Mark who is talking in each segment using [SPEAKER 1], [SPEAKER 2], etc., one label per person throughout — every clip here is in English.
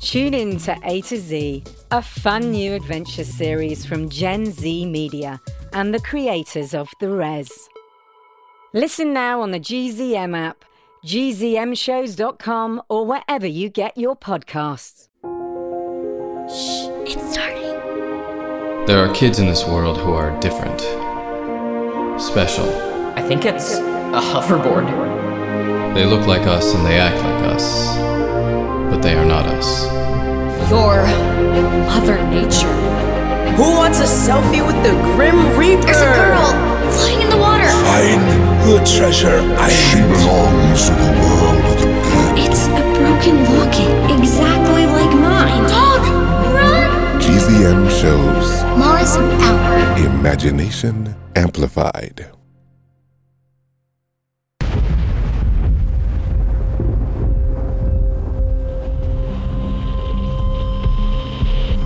[SPEAKER 1] Tune in to A to Z, a fun new adventure series from Gen Z Media and the creators of The Res. Listen now on the GZM app, gzmshows.com, or wherever you get your podcasts.
[SPEAKER 2] It's starting.
[SPEAKER 3] There are kids in this world who are different, special.
[SPEAKER 4] I think it's a hoverboard.
[SPEAKER 3] They look like us and they act like us, but they are not us.
[SPEAKER 2] Your Mother Nature.
[SPEAKER 5] Who wants a selfie with the Grim Reaper?
[SPEAKER 2] There's a girl flying in the water.
[SPEAKER 6] Find the treasure
[SPEAKER 7] She
[SPEAKER 6] island.
[SPEAKER 7] belongs to the world of the good.
[SPEAKER 2] It's a broken locket, exactly like mine. Dog, run!
[SPEAKER 7] GZM shows
[SPEAKER 2] Mars out.
[SPEAKER 7] Imagination Amplified.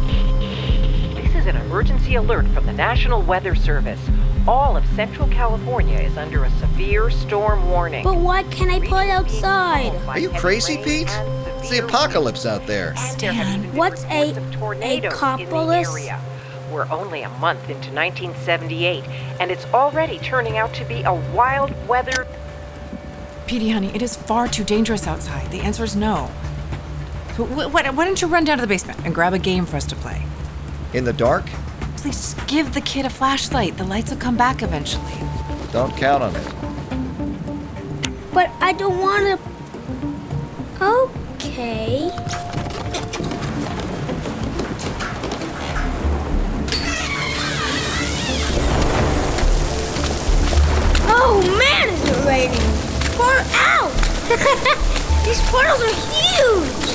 [SPEAKER 8] This is an emergency alert from the National Weather Service. All of Central California is under a severe storm warning.
[SPEAKER 2] But what can I put outside?
[SPEAKER 8] Are you crazy, Pete? It's the apocalypse out there.
[SPEAKER 2] What's a- acopolis?
[SPEAKER 8] We're only a month into 1978, and it's already turning out to be a wild weather.
[SPEAKER 9] Petey, honey, it is far too dangerous outside. The answer is no. So wh- wh- why don't you run down to the basement and grab a game for us to play?
[SPEAKER 8] In the dark?
[SPEAKER 9] Please just give the kid a flashlight. The lights will come back eventually.
[SPEAKER 8] Don't count on it.
[SPEAKER 2] But I don't want to. Okay. Oh man, is it raining? Far out! These portals are huge!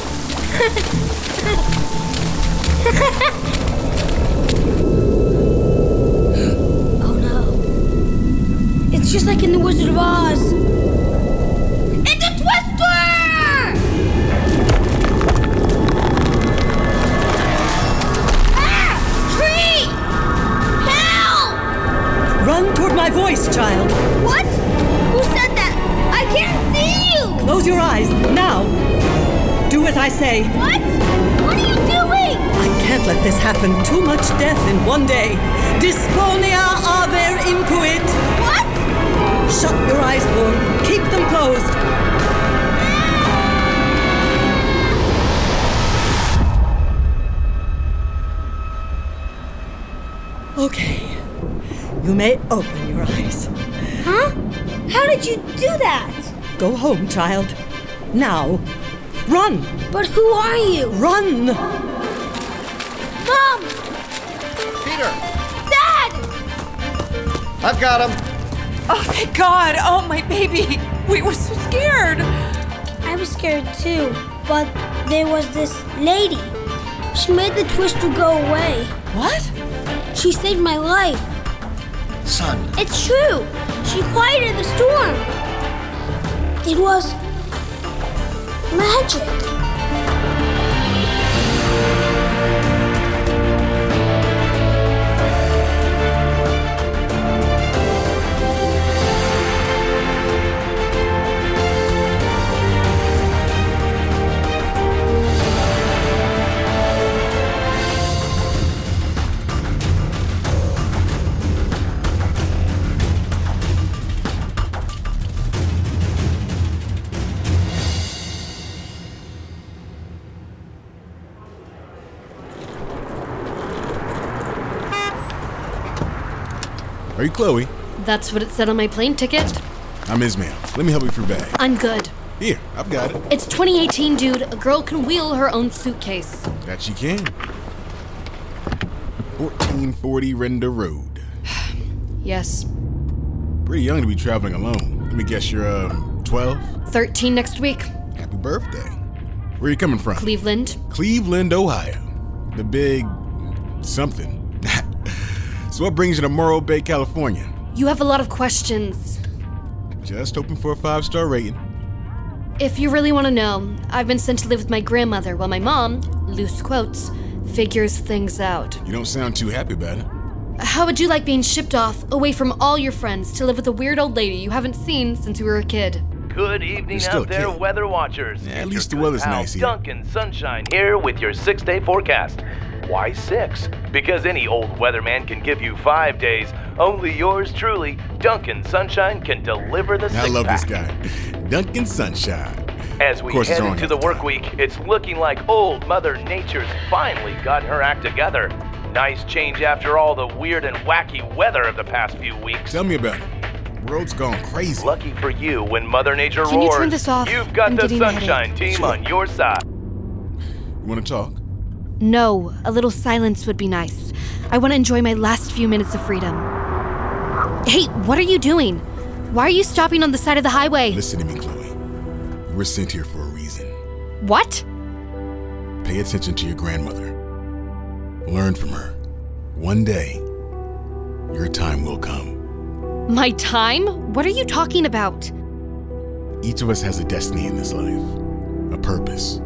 [SPEAKER 2] oh no. It's just like in The Wizard of Oz. It's a twister! Ah! Tree! Help!
[SPEAKER 5] Run toward my voice, child.
[SPEAKER 2] What? Who said that? I can't see you!
[SPEAKER 5] Close your eyes now. Do as I say.
[SPEAKER 2] What? What are you doing?
[SPEAKER 5] I can't let this happen. Too much death in one day. Disponia aver inquit.
[SPEAKER 2] What?
[SPEAKER 5] Shut your eyes, boy. Keep them closed. Okay. You may open your eyes.
[SPEAKER 2] Huh? How did you do that?
[SPEAKER 5] Go home, child. Now. Run!
[SPEAKER 2] But who are you?
[SPEAKER 5] Run!
[SPEAKER 2] Mom!
[SPEAKER 10] Peter,
[SPEAKER 2] Dad!
[SPEAKER 10] I've got him.
[SPEAKER 9] Oh, thank God. Oh, my baby. We were so scared.
[SPEAKER 2] I was scared too, but there was this lady. She made the twister go away.
[SPEAKER 9] What?
[SPEAKER 2] She saved my life.
[SPEAKER 10] Son,
[SPEAKER 2] It's true. She quieted the storm. It was magic.
[SPEAKER 7] Are you Chloe?
[SPEAKER 2] That's what it said on my plane ticket.
[SPEAKER 7] I'm Ismail. Let me help you with your bag.
[SPEAKER 2] I'm good.
[SPEAKER 7] Here, I've got it.
[SPEAKER 2] It's 2018, dude. A girl can wheel her own suitcase.
[SPEAKER 7] That she can. 1440 Render Road.
[SPEAKER 2] Yes.
[SPEAKER 7] Pretty young to be traveling alone. Let me guess you're, um, 12?
[SPEAKER 2] 13 next week.
[SPEAKER 7] Happy birthday. Where are you coming from?
[SPEAKER 2] Cleveland.
[SPEAKER 7] Cleveland, Ohio. The big something. so what brings you to Morro Bay, California?
[SPEAKER 11] You have a lot of questions.
[SPEAKER 7] Just hoping for a five-star rating.
[SPEAKER 11] If you really want to know, I've been sent to live with my grandmother while my mom, loose quotes, figures things out.
[SPEAKER 7] You don't sound too happy about it.
[SPEAKER 11] How would you like being shipped off away from all your friends to live with a weird old lady you haven't seen since you were a kid?
[SPEAKER 12] Good evening
[SPEAKER 7] You're still
[SPEAKER 12] out there,
[SPEAKER 7] a kid.
[SPEAKER 12] weather watchers.
[SPEAKER 7] Yeah, at
[SPEAKER 12] It's
[SPEAKER 7] least the
[SPEAKER 12] your good
[SPEAKER 7] weather's
[SPEAKER 12] pal,
[SPEAKER 7] nice here.
[SPEAKER 12] Duncan Sunshine here with your six day forecast. Why six? Because any old weatherman can give you five days. Only yours truly, Duncan Sunshine, can deliver the
[SPEAKER 7] I
[SPEAKER 12] six
[SPEAKER 7] love this
[SPEAKER 12] pack.
[SPEAKER 7] guy. Duncan Sunshine.
[SPEAKER 12] As we
[SPEAKER 7] Of course, it's
[SPEAKER 12] head
[SPEAKER 7] wrong
[SPEAKER 12] into
[SPEAKER 7] at
[SPEAKER 12] the work week, it's looking like old Mother Nature's finally got her act together. Nice change after all the weird and wacky weather of the past few weeks.
[SPEAKER 7] Tell me about it. World's gone crazy.
[SPEAKER 12] Lucky for you, when Mother Nature
[SPEAKER 11] Can you
[SPEAKER 12] roars,
[SPEAKER 11] turn this off?
[SPEAKER 12] have got
[SPEAKER 11] I'm
[SPEAKER 12] the
[SPEAKER 11] getting a headache.
[SPEAKER 12] sunshine team on your side.
[SPEAKER 7] You want to talk?
[SPEAKER 11] No, a little silence would be nice. I want to enjoy my last few minutes of freedom. Hey, what are you doing? Why are you stopping on the side of the highway?
[SPEAKER 7] Listen to me, Chloe. We're sent here for a reason.
[SPEAKER 11] What?
[SPEAKER 7] Pay attention to your grandmother. Learn from her. One day, your time will come.
[SPEAKER 11] My time? What are you talking about?
[SPEAKER 7] Each of us has a destiny in this life, a purpose.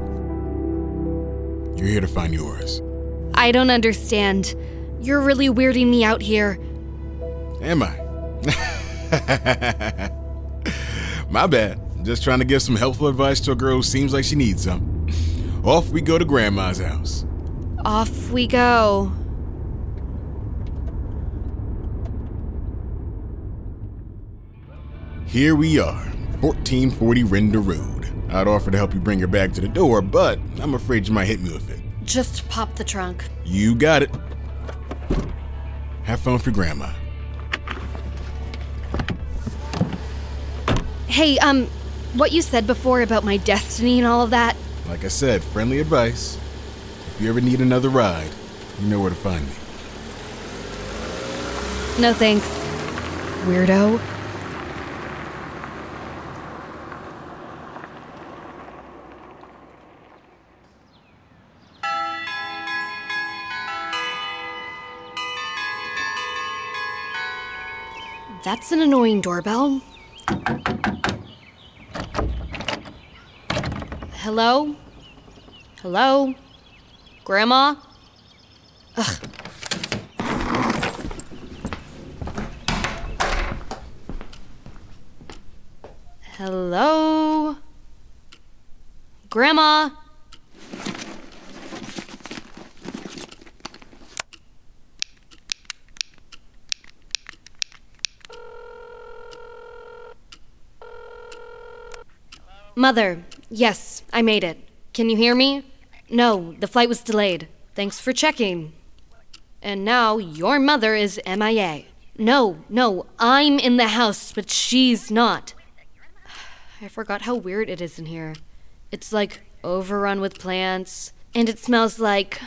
[SPEAKER 7] You're here to find yours.
[SPEAKER 11] I don't understand. You're really weirding me out here.
[SPEAKER 7] Am I? My bad. Just trying to give some helpful advice to a girl who seems like she needs some. Off we go to Grandma's house.
[SPEAKER 11] Off we go.
[SPEAKER 7] Here we are, 1440 Render Road. I'd offer to help you bring her back to the door, but I'm afraid you might hit me with it.
[SPEAKER 11] Just pop the trunk.
[SPEAKER 7] You got it. Have fun for Grandma.
[SPEAKER 11] Hey, um, what you said before about my destiny and all of that,
[SPEAKER 7] Like I said, friendly advice. If you ever need another ride, you know where to find me.
[SPEAKER 11] no thanks. Weirdo. That's an annoying doorbell. Hello? Hello? Grandma? Ugh. Hello? Grandma? Mother, yes, I made it. Can you hear me? No, the flight was delayed. Thanks for checking. And now your mother is MIA. No, no, I'm in the house, but she's not. I forgot how weird it is in here. It's like overrun with plants, and it smells like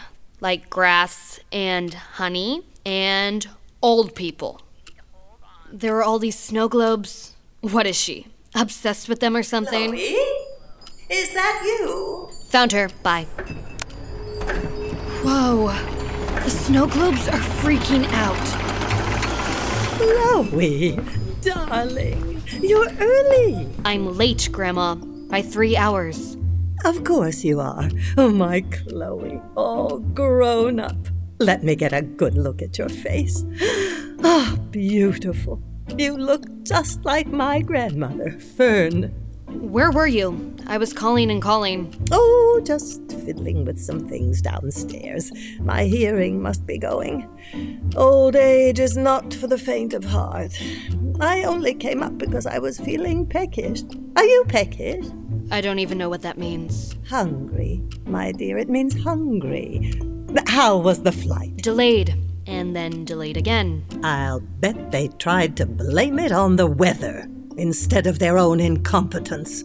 [SPEAKER 11] like grass and honey and old people. There are all these snow globes. What is she? Obsessed with them or something?
[SPEAKER 5] Is that you?
[SPEAKER 11] Found her. Bye. Whoa. The snow globes are freaking out.
[SPEAKER 5] Chloe, darling, you're early.
[SPEAKER 11] I'm late, Grandma. By three hours.
[SPEAKER 5] Of course you are. Oh, my Chloe, all grown up. Let me get a good look at your face. Ah, beautiful. You look just like my grandmother, Fern.
[SPEAKER 11] Where were you? I was calling and calling.
[SPEAKER 5] Oh, just fiddling with some things downstairs. My hearing must be going. Old age is not for the faint of heart. I only came up because I was feeling peckish. Are you peckish?
[SPEAKER 11] I don't even know what that means.
[SPEAKER 5] Hungry, my dear. It means hungry. But How was the flight?
[SPEAKER 11] Delayed, and then delayed again.
[SPEAKER 5] I'll bet they tried to blame it on the weather instead of their own incompetence.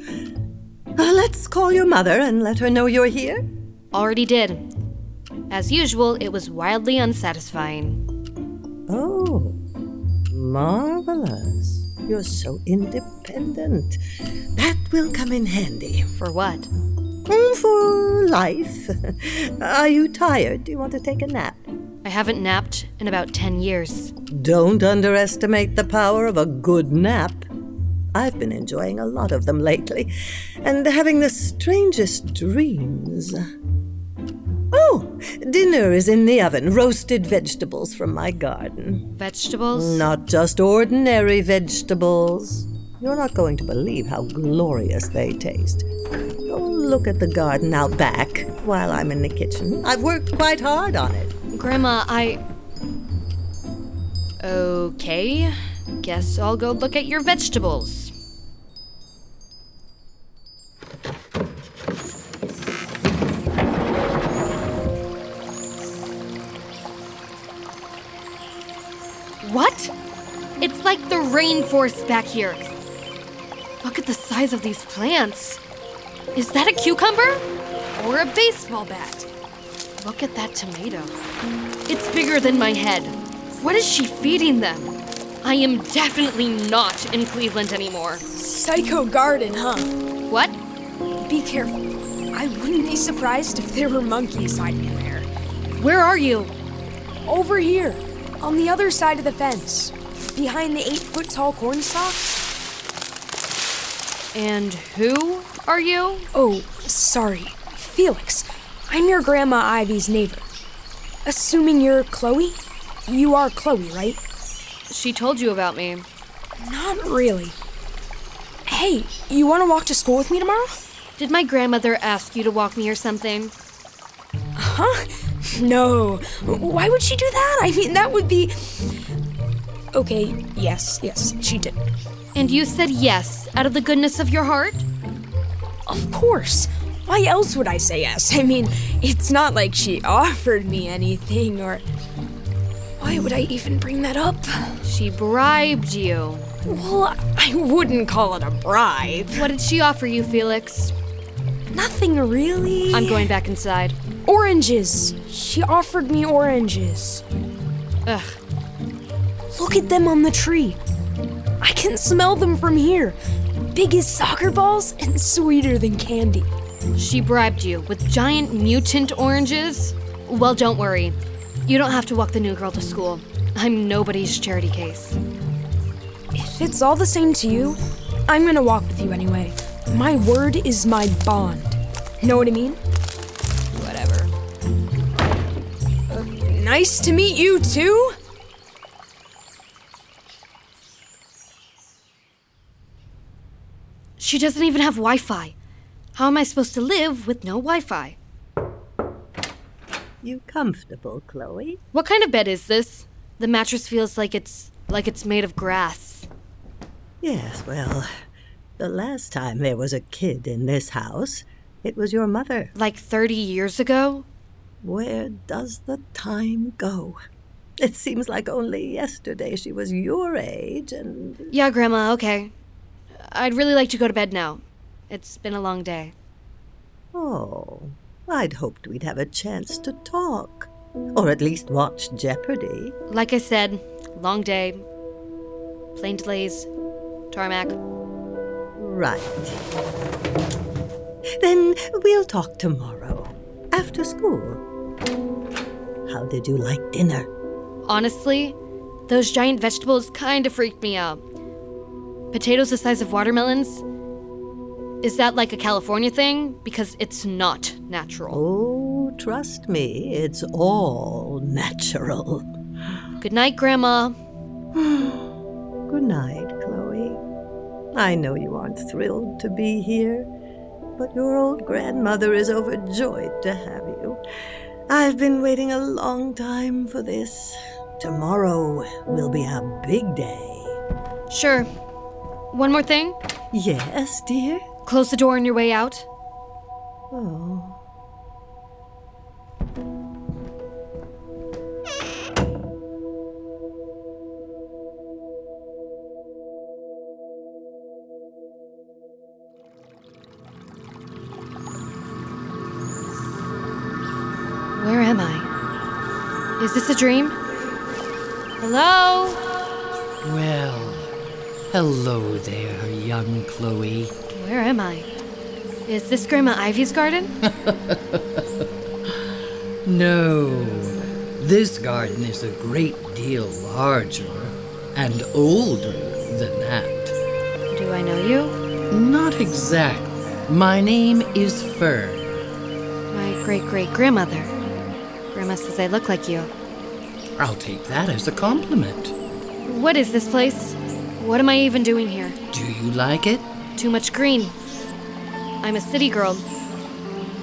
[SPEAKER 5] Uh, let's call your mother and let her know you're here.
[SPEAKER 11] Already did. As usual, it was wildly unsatisfying.
[SPEAKER 5] Oh, marvelous. You're so independent. That will come in handy.
[SPEAKER 11] For what?
[SPEAKER 5] Mm, For life. Are you tired? Do you want to take a nap?
[SPEAKER 11] I haven't napped in about 10 years.
[SPEAKER 5] Don't underestimate the power of a good nap. I've been enjoying a lot of them lately and having the strangest dreams. Oh, dinner is in the oven roasted vegetables from my garden.
[SPEAKER 11] Vegetables?
[SPEAKER 5] Not just ordinary vegetables. You're not going to believe how glorious they taste. Go look at the garden out back while I'm in the kitchen. I've worked quite hard on it.
[SPEAKER 11] Grandma, I. Okay. Guess I'll go look at your vegetables. What? It's like the rainforest back here. Look at the size of these plants. Is that a cucumber? Or a baseball bat? Look at that tomato. It's bigger than my head. What is she feeding them? I am definitely not in Cleveland anymore.
[SPEAKER 4] Psycho garden, huh?
[SPEAKER 11] What?
[SPEAKER 4] Be careful. I wouldn't be surprised if there were monkeys hiding in there.
[SPEAKER 11] Where are you?
[SPEAKER 4] Over here, on the other side of the fence, behind the eight foot tall corn stalks.
[SPEAKER 11] And who are you?
[SPEAKER 4] Oh, sorry. Felix, I'm your Grandma Ivy's neighbor. Assuming you're Chloe? You are Chloe, right?
[SPEAKER 11] She told you about me.
[SPEAKER 4] Not really. Hey, you want to walk to school with me tomorrow?
[SPEAKER 11] Did my grandmother ask you to walk me or something?
[SPEAKER 4] Huh? No. Why would she do that? I mean, that would be. Okay, yes, yes, she did.
[SPEAKER 11] And you said yes out of the goodness of your heart?
[SPEAKER 4] Of course. Why else would I say yes? I mean, it's not like she offered me anything or. Why would I even bring that up?
[SPEAKER 11] She bribed you.
[SPEAKER 4] Well, I wouldn't call it a bribe.
[SPEAKER 11] What did she offer you, Felix?
[SPEAKER 4] Nothing really.
[SPEAKER 11] I'm going back inside.
[SPEAKER 4] Oranges! She offered me oranges.
[SPEAKER 11] Ugh.
[SPEAKER 4] Look at them on the tree. I can smell them from here. Big as soccer balls and sweeter than candy.
[SPEAKER 11] She bribed you with giant mutant oranges? Well, don't worry. You don't have to walk the new girl to school. I'm nobody's charity case.
[SPEAKER 4] If it's all the same to you, I'm gonna walk with you anyway. My word is my bond. Know what I mean?
[SPEAKER 11] Whatever.
[SPEAKER 4] Nice to meet you, too?
[SPEAKER 11] She doesn't even have Wi Fi. How am I supposed to live with no Wi Fi?
[SPEAKER 5] You comfortable, Chloe?
[SPEAKER 11] What kind of bed is this? The mattress feels like it's like it's made of grass.
[SPEAKER 5] Yes, well, the last time there was a kid in this house, it was your mother.
[SPEAKER 11] Like 30 years ago?
[SPEAKER 5] Where does the time go? It seems like only yesterday she was your age and.
[SPEAKER 11] Yeah, Grandma, okay. I'd really like to go to bed now. It's been a long day.
[SPEAKER 5] Oh, I'd hoped we'd have a chance to talk. Or at least watch Jeopardy.
[SPEAKER 11] Like I said, long day. Plane delays, tarmac.
[SPEAKER 5] Right. Then we'll talk tomorrow, after school. How did you like dinner?
[SPEAKER 11] Honestly, those giant vegetables kind of freaked me out. Potatoes the size of watermelons? Is that like a California thing? Because it's not natural.
[SPEAKER 5] Oh, trust me, it's all natural.
[SPEAKER 11] Good night, Grandma.
[SPEAKER 5] Good night, Chloe. I know you aren't thrilled to be here, but your old grandmother is overjoyed to have you. I've been waiting a long time for this. Tomorrow will be a big day.
[SPEAKER 11] Sure. One more thing?
[SPEAKER 5] Yes, dear?
[SPEAKER 11] Close the door on your way out.
[SPEAKER 5] Oh.
[SPEAKER 11] Where am I? Is this a dream? Hello?
[SPEAKER 13] Well, hello there, young Chloe.
[SPEAKER 11] Where am I? Is this Grandma Ivy's garden?
[SPEAKER 13] No. This garden is a great deal larger and older than that.
[SPEAKER 11] Do I know you?
[SPEAKER 13] Not exactly. My name is Fern.
[SPEAKER 11] My great great grandmother. Grandma says I look like you.
[SPEAKER 13] I'll take that as a compliment.
[SPEAKER 11] What is this place? What am I even doing here?
[SPEAKER 13] Do you like it?
[SPEAKER 11] Too much green. I'm a city girl.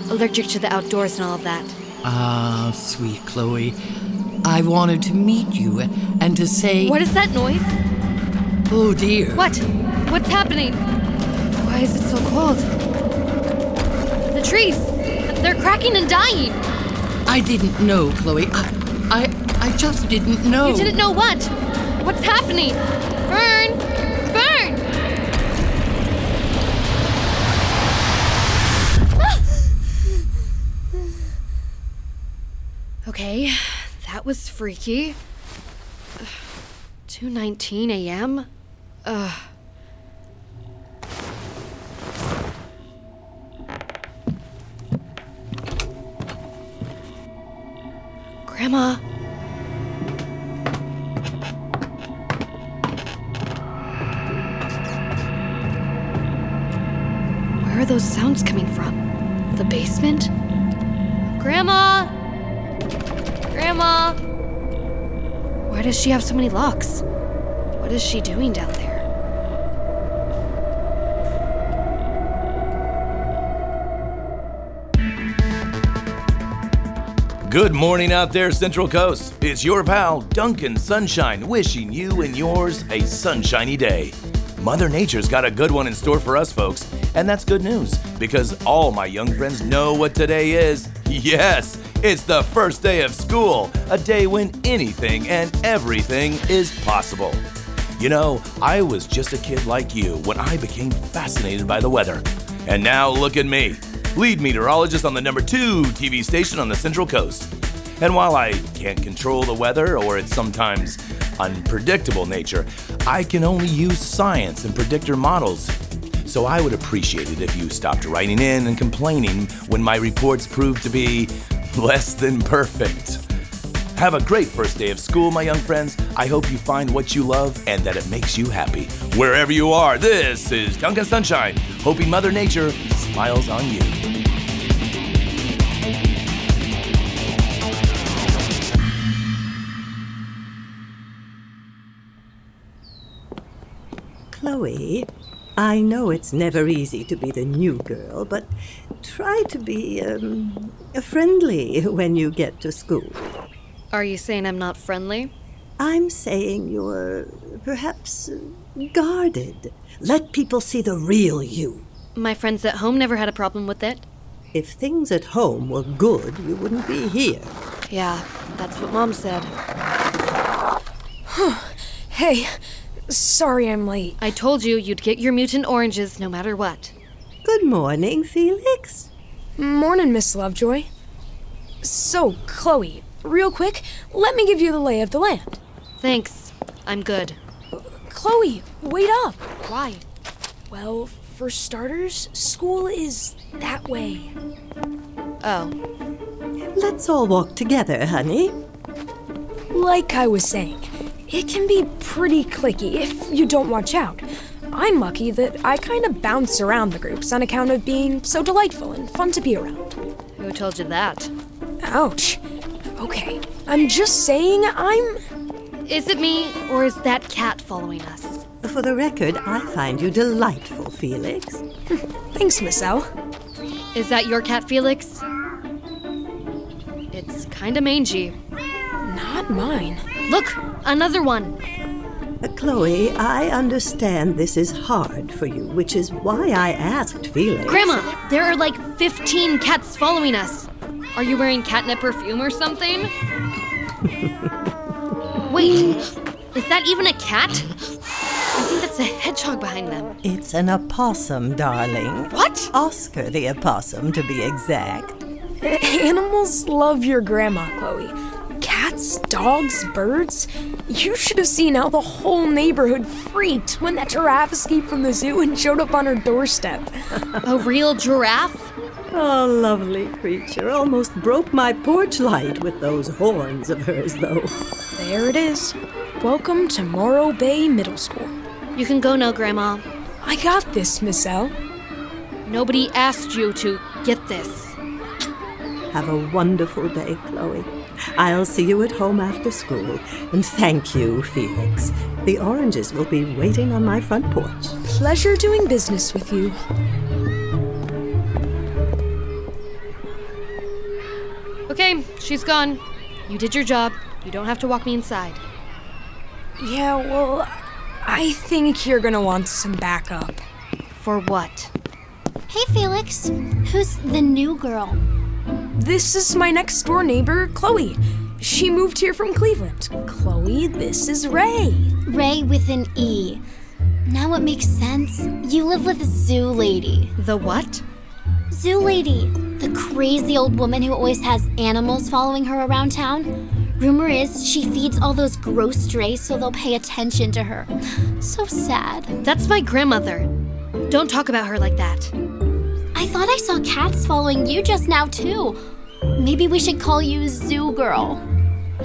[SPEAKER 11] Allergic to the outdoors and all of that.
[SPEAKER 13] Ah, sweet Chloe. I wanted to meet you and to say.
[SPEAKER 11] What is that noise?
[SPEAKER 13] Oh dear.
[SPEAKER 11] What? What's happening? Why is it so cold? The trees! They're cracking and dying!
[SPEAKER 13] I didn't know, Chloe. I, I, I just didn't know.
[SPEAKER 11] You didn't know what? What's happening? Fern! Fern! Okay, that was freaky. 2:19 a.m. Ugh. Grandma. Where are those sounds coming from? The basement? Grandma! Grandma! Why does she have so many locks? What is she doing down there?
[SPEAKER 12] Good morning out there, Central Coast. It's your pal, Duncan Sunshine, wishing you and yours a sunshiny day. Mother Nature's got a good one in store for us, folks, and that's good news because all my young friends know what today is. Yes, it's the first day of school, a day when anything and everything is possible. You know, I was just a kid like you when I became fascinated by the weather. And now look at me, lead meteorologist on the number two TV station on the Central Coast. And while I can't control the weather or its sometimes unpredictable nature, I can only use science and predictor models. So I would appreciate it if you stopped writing in and complaining when my reports prove to be less than perfect. Have a great first day of school, my young friends. I hope you find what you love and that it makes you happy. Wherever you are, this is Duncan Sunshine, hoping Mother Nature smiles on you.
[SPEAKER 14] Chloe, I know it's never easy to be the new girl, but try to be um, friendly when you get to school.
[SPEAKER 11] Are you saying I'm not friendly?
[SPEAKER 14] I'm saying you're perhaps guarded. Let people see the real you.
[SPEAKER 11] My friends at home never had a problem with it.
[SPEAKER 14] If things at home were good, you wouldn't be here.
[SPEAKER 11] Yeah, that's what Mom said.
[SPEAKER 4] hey, sorry I'm late.
[SPEAKER 11] I told you you'd get your mutant oranges no matter what.
[SPEAKER 14] Good morning, Felix.
[SPEAKER 4] Morning, Miss Lovejoy. So, Chloe, real quick, let me give you the lay of the land.
[SPEAKER 11] Thanks, I'm good.
[SPEAKER 4] Chloe, wait up.
[SPEAKER 11] Why?
[SPEAKER 4] Well, for starters, school is that way.
[SPEAKER 11] Oh,
[SPEAKER 14] Let's all walk together, honey.
[SPEAKER 4] Like I was saying, it can be pretty clicky if you don't watch out. I'm lucky that I kind of bounce around the groups on account of being so delightful and fun to be around.
[SPEAKER 11] who told you that?
[SPEAKER 4] Ouch. Okay, I'm just saying I'm.
[SPEAKER 11] Is it me, or is that cat following us?
[SPEAKER 14] For the record, I find you delightful, Felix.
[SPEAKER 4] Thanks, Miss L.
[SPEAKER 11] Is that your cat, Felix? It's kinda mangy.
[SPEAKER 4] Not mine.
[SPEAKER 11] Look, another one.
[SPEAKER 14] Uh, Chloe, I understand this is hard for you, which is why I asked Felix.
[SPEAKER 11] Grandma, there are like 15 cats following us. Are you wearing catnip perfume or something? Wait, is that even a cat? I think that's a hedgehog behind them.
[SPEAKER 14] It's an opossum, darling.
[SPEAKER 11] What?
[SPEAKER 14] Oscar the opossum, to be exact.
[SPEAKER 4] Animals love your grandma, Chloe. cats, dogs, birds. You should have seen how the whole neighborhood freaked when that giraffe escaped from the zoo and showed up on her doorstep.
[SPEAKER 11] A real giraffe?
[SPEAKER 14] Oh, lovely creature. Almost broke my porch light with those horns of hers, though.
[SPEAKER 4] There it is. Welcome to Morro Bay Middle School.
[SPEAKER 11] You can go now, Grandma.
[SPEAKER 4] I got this, Miss L.
[SPEAKER 11] Nobody asked you to get this.
[SPEAKER 14] Have a wonderful day, Chloe. I'll see you at home after school. And thank you, Felix. The oranges will be waiting on my front porch.
[SPEAKER 4] Pleasure doing business with you.
[SPEAKER 11] Okay, she's gone. You did your job. You don't have to walk me inside.
[SPEAKER 4] Yeah, well, I think you're gonna want some backup.
[SPEAKER 11] For what?
[SPEAKER 15] Hey, Felix. Who's the new girl?
[SPEAKER 4] This is my next door neighbor, Chloe. She moved here from Cleveland. Chloe, this is Ray.
[SPEAKER 15] Ray with an E. Now it makes sense. You live with Zoo Lady.
[SPEAKER 11] The what?
[SPEAKER 15] Zoo Lady, the crazy old woman who always has animals following her around town. Rumor is she feeds all those gross strays so they'll pay attention to her. So sad.
[SPEAKER 11] That's my grandmother. Don't talk about her like that.
[SPEAKER 15] I thought I saw cats following you just now, too. Maybe we should call you Zoo Girl.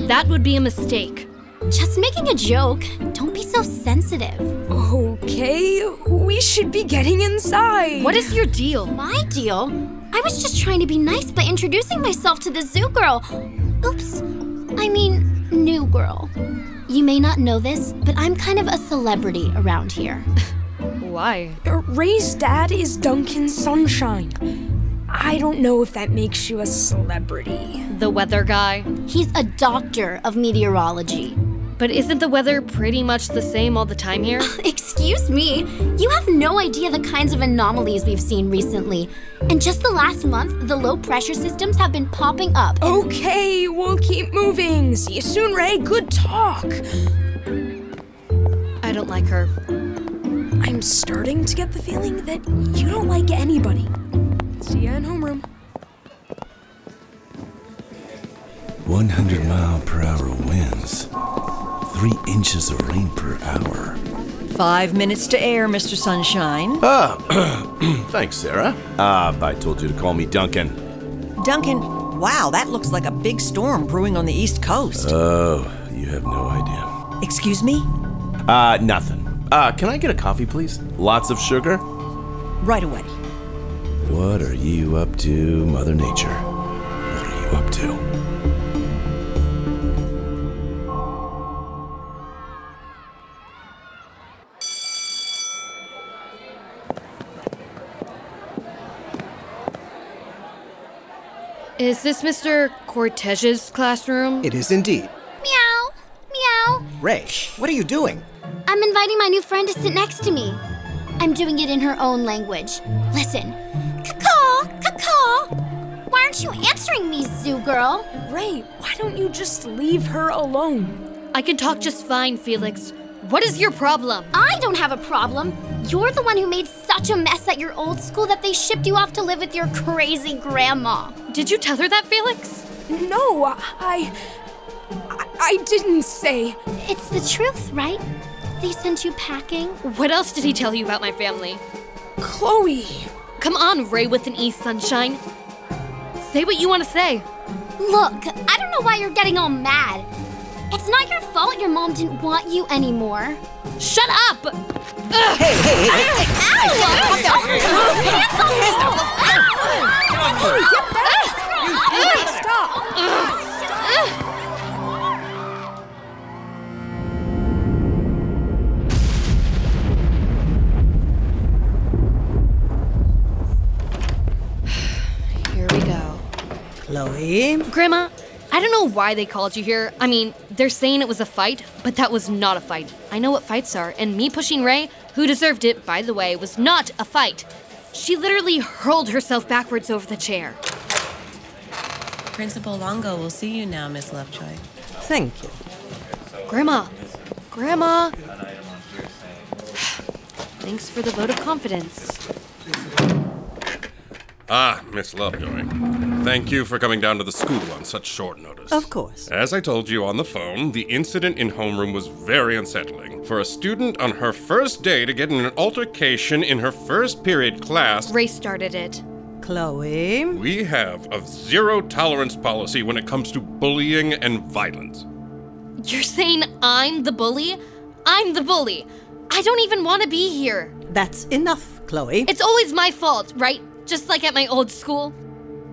[SPEAKER 11] That would be a mistake.
[SPEAKER 15] Just making a joke. Don't be so sensitive.
[SPEAKER 4] Okay, we should be getting inside.
[SPEAKER 11] What is your deal?
[SPEAKER 15] My deal? I was just trying to be nice by introducing myself to the Zoo Girl. Oops. I mean, new girl. You may not know this, but I'm kind of a celebrity around here.
[SPEAKER 11] Why?
[SPEAKER 4] Uh, Ray's dad is Duncan Sunshine. I don't know if that makes you a celebrity.
[SPEAKER 11] The weather guy?
[SPEAKER 15] He's a doctor of meteorology.
[SPEAKER 11] But isn't the weather pretty much the same all the time here?
[SPEAKER 15] Excuse me. You have no idea the kinds of anomalies we've seen recently. And just the last month, the low pressure systems have been popping up.
[SPEAKER 4] And- okay, we'll keep moving. See you soon, Ray. Good talk.
[SPEAKER 11] I don't like her.
[SPEAKER 4] I'm starting to get the feeling that you don't like anybody. See ya in homeroom.
[SPEAKER 16] 100 mile per hour winds three inches of rain per hour.
[SPEAKER 5] Five minutes to air, Mr. Sunshine.
[SPEAKER 12] Ah, thanks, Sarah. Ah, uh, I told you to call me Duncan.
[SPEAKER 5] Duncan, wow, that looks like a big storm brewing on the East Coast.
[SPEAKER 12] Oh, you have no idea.
[SPEAKER 5] Excuse me?
[SPEAKER 12] Uh, nothing. Uh, can I get a coffee, please? Lots of sugar?
[SPEAKER 5] Right away.
[SPEAKER 16] What are you up to, Mother Nature? What are you up to?
[SPEAKER 11] Is this Mr. Cortez's classroom?
[SPEAKER 17] It is indeed.
[SPEAKER 15] Meow! Meow!
[SPEAKER 17] Ray, what are you doing?
[SPEAKER 15] I'm inviting my new friend to sit next to me. I'm doing it in her own language. Listen. Caw, caw. Why aren't you answering me, Zoo Girl?
[SPEAKER 4] Ray, why don't you just leave her alone?
[SPEAKER 11] I can talk just fine, Felix. What is your problem?
[SPEAKER 15] I don't have a problem. You're the one who made such a mess at your old school that they shipped you off to live with your crazy grandma.
[SPEAKER 11] Did you tell her that, Felix?
[SPEAKER 4] No, I. I, I didn't say.
[SPEAKER 15] It's the truth, right? They sent you packing.
[SPEAKER 11] What else did he tell you about my family?
[SPEAKER 4] Chloe!
[SPEAKER 11] Come on, Ray with an E, sunshine. Say what you want to say.
[SPEAKER 15] Look, I don't know why you're getting all mad. It's not your fault your mom didn't want you anymore.
[SPEAKER 11] Shut up!
[SPEAKER 5] Ugh. Hey, hey, hey! Ow! Hey, hey, hey,
[SPEAKER 15] oh,
[SPEAKER 11] Stop! Here we go.
[SPEAKER 14] Chloe?
[SPEAKER 11] Grandma, I don't know why they called you here. I mean, they're saying it was a fight, but that was not a fight. I know what fights are, and me pushing Ray, who deserved it, by the way, was not a fight. She literally hurled herself backwards over the chair.
[SPEAKER 18] Principal Longo will see you now, Miss Lovejoy.
[SPEAKER 14] Thank you.
[SPEAKER 11] Grandma! Grandma! Thanks for the vote of confidence.
[SPEAKER 17] Ah, Miss Lovejoy. Thank you for coming down to the school on such short notice.
[SPEAKER 5] Of course.
[SPEAKER 17] As I told you on the phone, the incident in homeroom was very unsettling. For a student on her first day to get in an altercation in her first period class,
[SPEAKER 11] Ray started it.
[SPEAKER 5] Chloe?
[SPEAKER 17] we have a zero tolerance policy when it comes to bullying and violence.
[SPEAKER 11] You're saying I'm the bully? I'm the bully. I don't even want to be here.
[SPEAKER 5] That's enough, Chloe.
[SPEAKER 11] It's always my fault, right? Just like at my old school.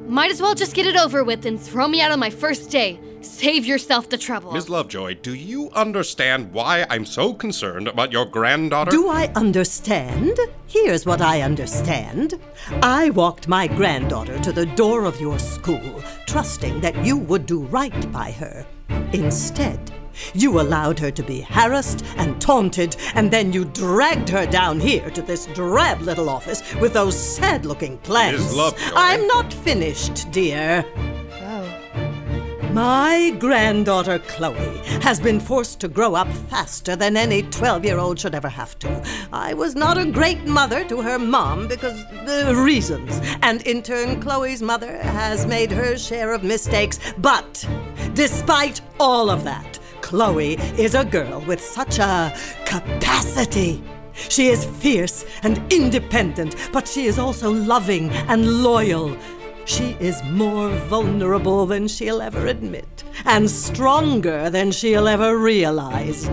[SPEAKER 11] Might as well just get it over with and throw me out on my first day. Save yourself the trouble.
[SPEAKER 17] Miss Lovejoy, do you understand why I'm so concerned about your granddaughter?
[SPEAKER 5] Do I understand?
[SPEAKER 17] Here's
[SPEAKER 5] what I understand. I walked my granddaughter to the door of your school, trusting that you would do right by her. Instead, you allowed her to be harassed and taunted, and then you dragged her down here to this drab little office with those sad looking plans.
[SPEAKER 17] Miss Lovejoy.
[SPEAKER 5] I'm not finished, dear. My granddaughter Chloe has been forced to grow up faster than any 12 year old should ever have to. I was not a great mother to her mom because uh, reasons, and in turn, Chloe's mother has made her share of mistakes. But despite all of that, Chloe is a girl with such a capacity. She is fierce and independent, but she is also loving and loyal. She is more vulnerable than she'll ever admit, and stronger than she'll ever realize.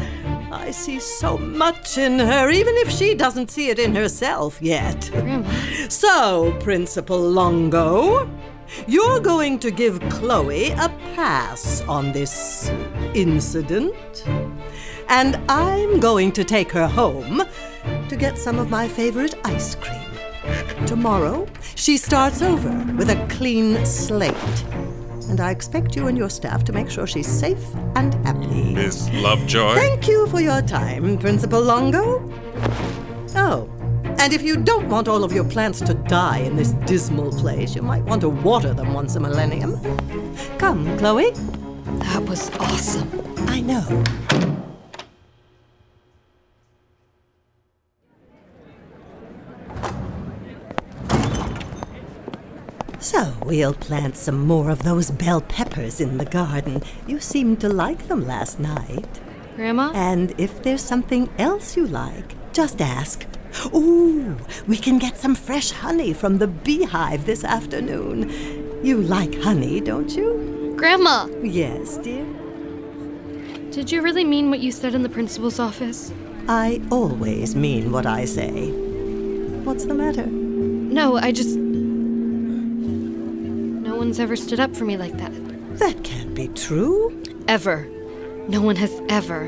[SPEAKER 5] I see so much in her, even if she doesn't see it in herself yet. so, Principal Longo, you're going to give Chloe a pass on this incident, and I'm going to take her home to get some of my favorite ice cream. Tomorrow, she starts over with a clean slate. And I expect you and your staff to make sure she's safe and happy.
[SPEAKER 17] Miss Lovejoy?
[SPEAKER 5] Thank you for your time, Principal Longo. Oh, and if you don't want all of your plants to die in this dismal place, you might want to water them once a millennium. Come, Chloe. That was awesome. I know. So we'll plant some more of those bell peppers in the garden. You seemed to like them last night.
[SPEAKER 11] Grandma?
[SPEAKER 5] And if there's something else you like, just ask. Ooh, we can get some fresh honey from the beehive this afternoon. You like honey, don't you?
[SPEAKER 11] Grandma!
[SPEAKER 5] Yes, dear.
[SPEAKER 11] Did you really mean what you said in the principal's office?
[SPEAKER 5] I always mean what I say. What's the matter?
[SPEAKER 11] No, I just. No one's ever stood up for me like that.
[SPEAKER 5] That can't be true.
[SPEAKER 11] Ever. No one has ever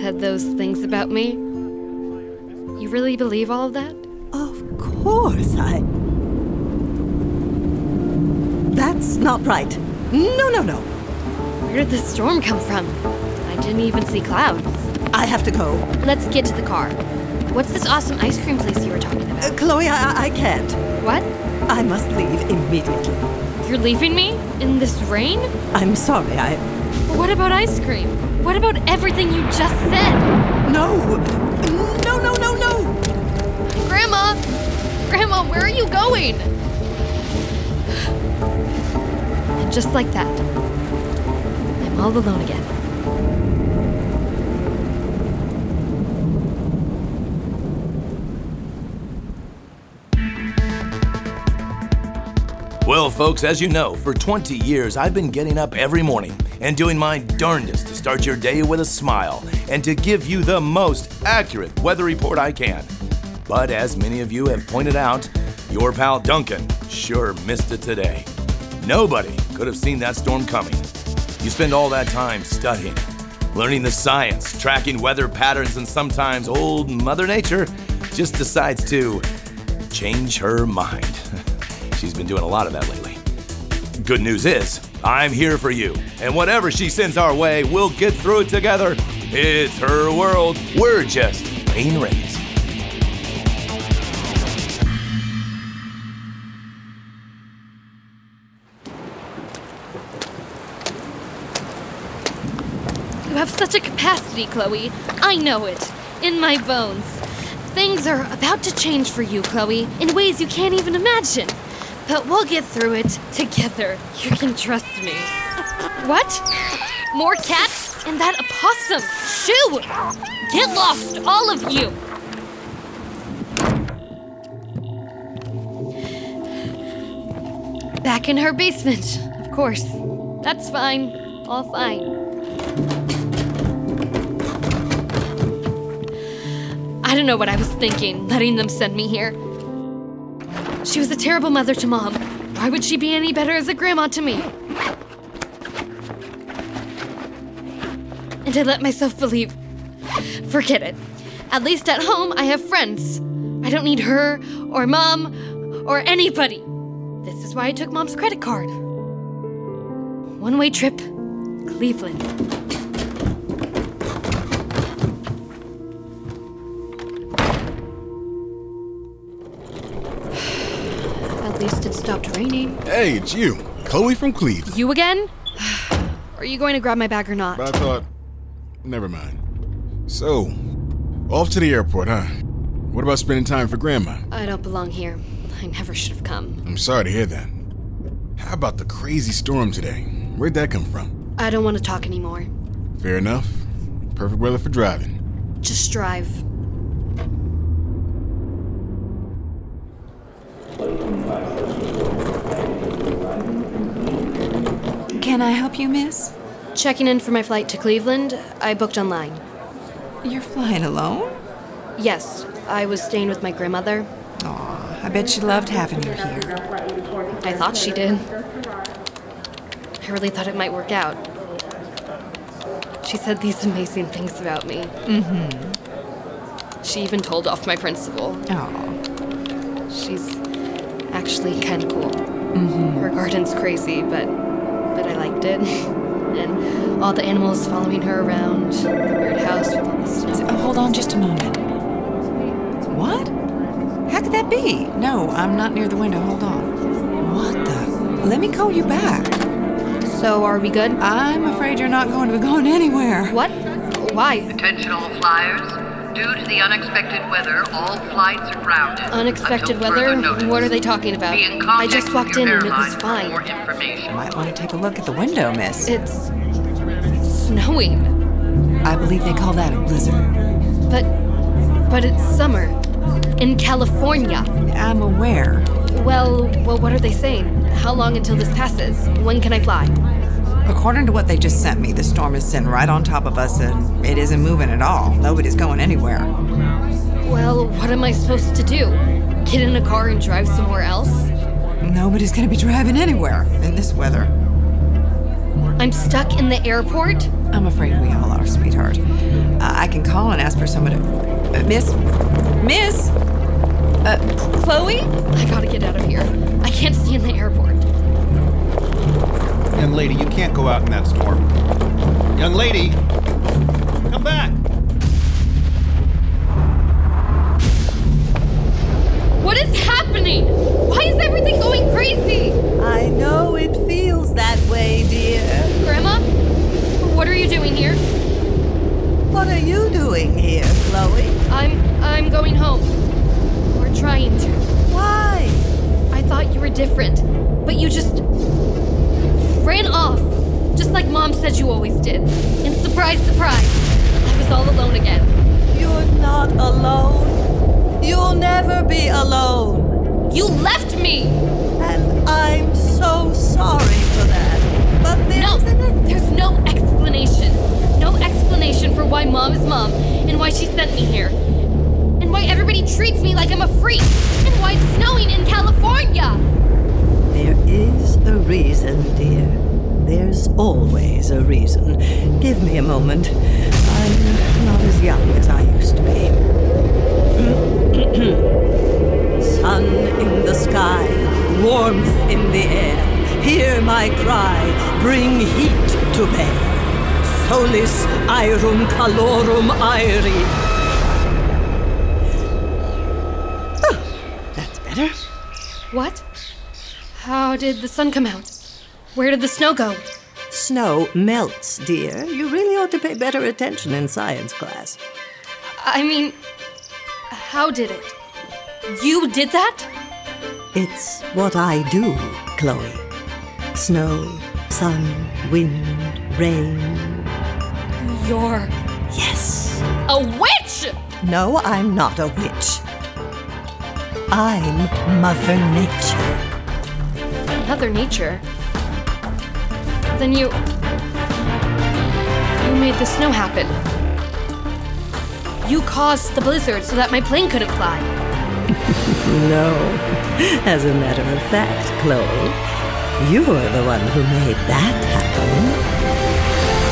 [SPEAKER 11] said those things about me. You really believe all of that?
[SPEAKER 5] Of course I. That's not right. No, no, no.
[SPEAKER 11] Where did the storm come from? I didn't even see clouds.
[SPEAKER 5] I have to go.
[SPEAKER 11] Let's get to the car. What's this awesome ice cream place you were talking about?
[SPEAKER 5] Uh, Chloe, I, I- I can't.
[SPEAKER 11] What?
[SPEAKER 5] I must leave immediately.
[SPEAKER 11] You're leaving me? In this rain?
[SPEAKER 5] I'm sorry, I.
[SPEAKER 11] But What about ice cream? What about everything you just said?
[SPEAKER 5] No! No, no, no, no!
[SPEAKER 11] Grandma! Grandma, where are you going? And just like that, I'm all alone again.
[SPEAKER 12] Well, folks, as you know, for 20 years I've been getting up every morning and doing my darndest to start your day with a smile and to give you the most accurate weather report I can. But as many of you have pointed out, your pal Duncan sure missed it today. Nobody could have seen that storm coming. You spend all that time studying, learning the science, tracking weather patterns, and sometimes old Mother Nature just decides to change her mind. She's been doing a lot of that lately. Good news is, I'm here for you. And whatever she sends our way, we'll get through it together. It's her world. We're just paying rates.
[SPEAKER 11] You have such a capacity, Chloe. I know it. In my bones. Things are about to change for you, Chloe, in ways you can't even imagine. But we'll get through it together. You can trust me. What? More cats? And that opossum! Shoo! Get lost, all of you! Back in her basement, of course. That's fine. All fine. I don't know what I was thinking, letting them send me here. She was a terrible mother to Mom. Why would she be any better as a grandma to me? And I let myself believe. Forget it. At least at home, I have friends. I don't need her, or Mom, or anybody. This is why I took Mom's credit card. One way trip, Cleveland. At least it stopped raining.
[SPEAKER 7] Hey, it's you, Chloe from Cleveland.
[SPEAKER 11] You again? Are you going to grab my bag or not?
[SPEAKER 7] But I thought, never mind. So, off to the airport, huh? What about spending time for Grandma?
[SPEAKER 11] I don't belong here. I never should have come.
[SPEAKER 7] I'm sorry to hear that. How about the crazy storm today? Where'd that come from?
[SPEAKER 11] I don't want to talk anymore.
[SPEAKER 7] Fair enough. Perfect weather for driving.
[SPEAKER 11] Just drive.
[SPEAKER 9] Can I help you, miss?
[SPEAKER 11] Checking in for my flight to Cleveland. I booked online.
[SPEAKER 9] You're flying alone?
[SPEAKER 11] Yes, I was staying with my grandmother.
[SPEAKER 9] Aw, I bet she loved having you here.
[SPEAKER 11] I thought she did. I really thought it might work out. She said these amazing things about me.
[SPEAKER 9] Mm-hmm.
[SPEAKER 11] She even told off my principal.
[SPEAKER 9] Aw.
[SPEAKER 11] She's actually kind of cool.
[SPEAKER 19] Mm-hmm.
[SPEAKER 9] Mm.
[SPEAKER 11] Her garden's crazy, but but I liked it. and all the animals following her around, the weird house with all the snow.
[SPEAKER 9] Oh, hold on just a moment. What? How could that be? No, I'm not near the window. Hold on. What the? Let me call you back.
[SPEAKER 11] So, are we good?
[SPEAKER 9] I'm afraid you're not going to be going anywhere.
[SPEAKER 11] What? Why?
[SPEAKER 20] Attention all flyers. Due to the unexpected weather, all flights are grounded.
[SPEAKER 11] Unexpected
[SPEAKER 20] until
[SPEAKER 11] weather?
[SPEAKER 20] further notice.
[SPEAKER 11] What are they talking about?
[SPEAKER 20] Be in
[SPEAKER 11] I
[SPEAKER 20] contact
[SPEAKER 11] just
[SPEAKER 20] with
[SPEAKER 11] walked
[SPEAKER 20] your
[SPEAKER 11] in and it was
[SPEAKER 20] airline for
[SPEAKER 11] fine.
[SPEAKER 20] more information.
[SPEAKER 9] Might want to take a look at the window, miss.
[SPEAKER 11] It's snowing,
[SPEAKER 9] I believe they call that a blizzard.
[SPEAKER 11] but but it's summer in California.
[SPEAKER 9] I'm aware.
[SPEAKER 11] Well, well, what are they saying? How long until this passes? When can I fly?
[SPEAKER 9] According to what they just sent me, the storm is sitting right on top of us and it isn't moving at all. Nobody's going anywhere.
[SPEAKER 11] Well, what am I supposed to do? Get in a car and drive somewhere else?
[SPEAKER 9] Nobody's going to be driving anywhere in this weather.
[SPEAKER 11] I'm stuck in the airport?
[SPEAKER 9] I'm afraid we all are, sweetheart. Uh, I can call and ask for someone to. Uh, miss? Miss? Uh, Chloe?
[SPEAKER 11] I gotta get out of here. I can't stay in the airport.
[SPEAKER 21] Young lady, you can't go out in that storm. Young lady, come back.
[SPEAKER 11] What is happening? Why is everything going crazy?
[SPEAKER 5] I know it feels that way, dear.
[SPEAKER 11] Grandma? What are you doing here?
[SPEAKER 5] What are you doing here, Chloe?
[SPEAKER 11] I'm I'm going home. Or trying to.
[SPEAKER 5] Why?
[SPEAKER 11] I thought you were different, but you just ran off. Just like mom said you always did. And surprise, surprise, I was all alone again.
[SPEAKER 5] You're not alone. You'll never be alone.
[SPEAKER 11] You left me!
[SPEAKER 5] And I'm so sorry for that. But
[SPEAKER 11] No, there's no explanation. No explanation for why mom is mom and why she sent me here. And why everybody treats me like I'm a freak. And why it's snowing in California.
[SPEAKER 5] there is a reason, dear. There's always a reason. Give me a moment. I'm not as young as I used to be. Sun in the sky, warmth in the air. Hear my cry, bring heat to bear. Solis aerum calorum aeri. Better?
[SPEAKER 11] What? How did the sun come out? Where did the snow go?
[SPEAKER 5] Snow melts, dear. You really ought to pay better attention in science class.
[SPEAKER 11] I mean, how did it? You did that?
[SPEAKER 5] It's what I do, Chloe. Snow, sun, wind, rain.
[SPEAKER 4] You're.
[SPEAKER 5] Yes.
[SPEAKER 11] A witch!
[SPEAKER 5] No, I'm not a witch. I'm Mother Nature.
[SPEAKER 11] Mother Nature? Then you. You made the snow happen. You caused the blizzard so that my plane couldn't fly.
[SPEAKER 5] No. As a matter of fact, Chloe, you're the one who made that happen.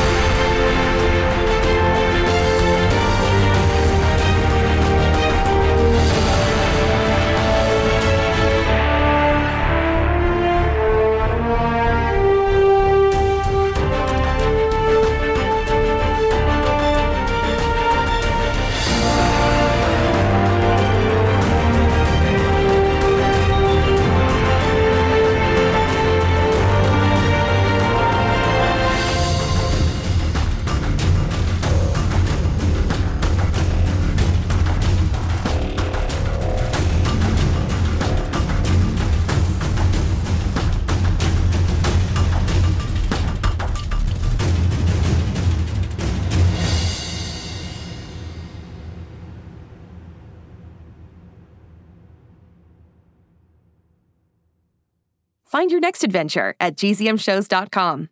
[SPEAKER 19] Find your next adventure at gzmshows.com.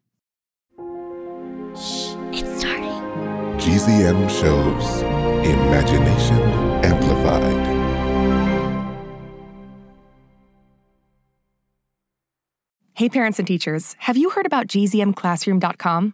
[SPEAKER 7] GZM shows Imagination Amplified.
[SPEAKER 19] Hey, parents and teachers, have you heard about gzmclassroom.com?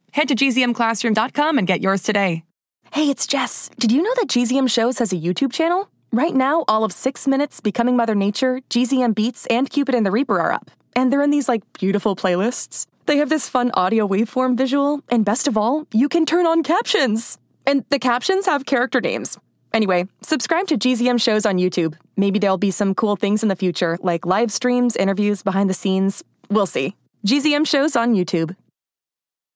[SPEAKER 19] Head to gzmclassroom.com and get yours today. Hey, it's Jess. Did you know that GZM Shows has a YouTube channel? Right now, all of Six Minutes, Becoming Mother Nature, GZM Beats, and Cupid and the Reaper are up. And they're in these, like, beautiful playlists. They have this fun audio waveform visual, and best of all, you can turn on captions. And the captions have character names. Anyway, subscribe to GZM Shows on YouTube. Maybe there'll be some cool things in the future, like live streams, interviews, behind the scenes. We'll see. GZM Shows on YouTube.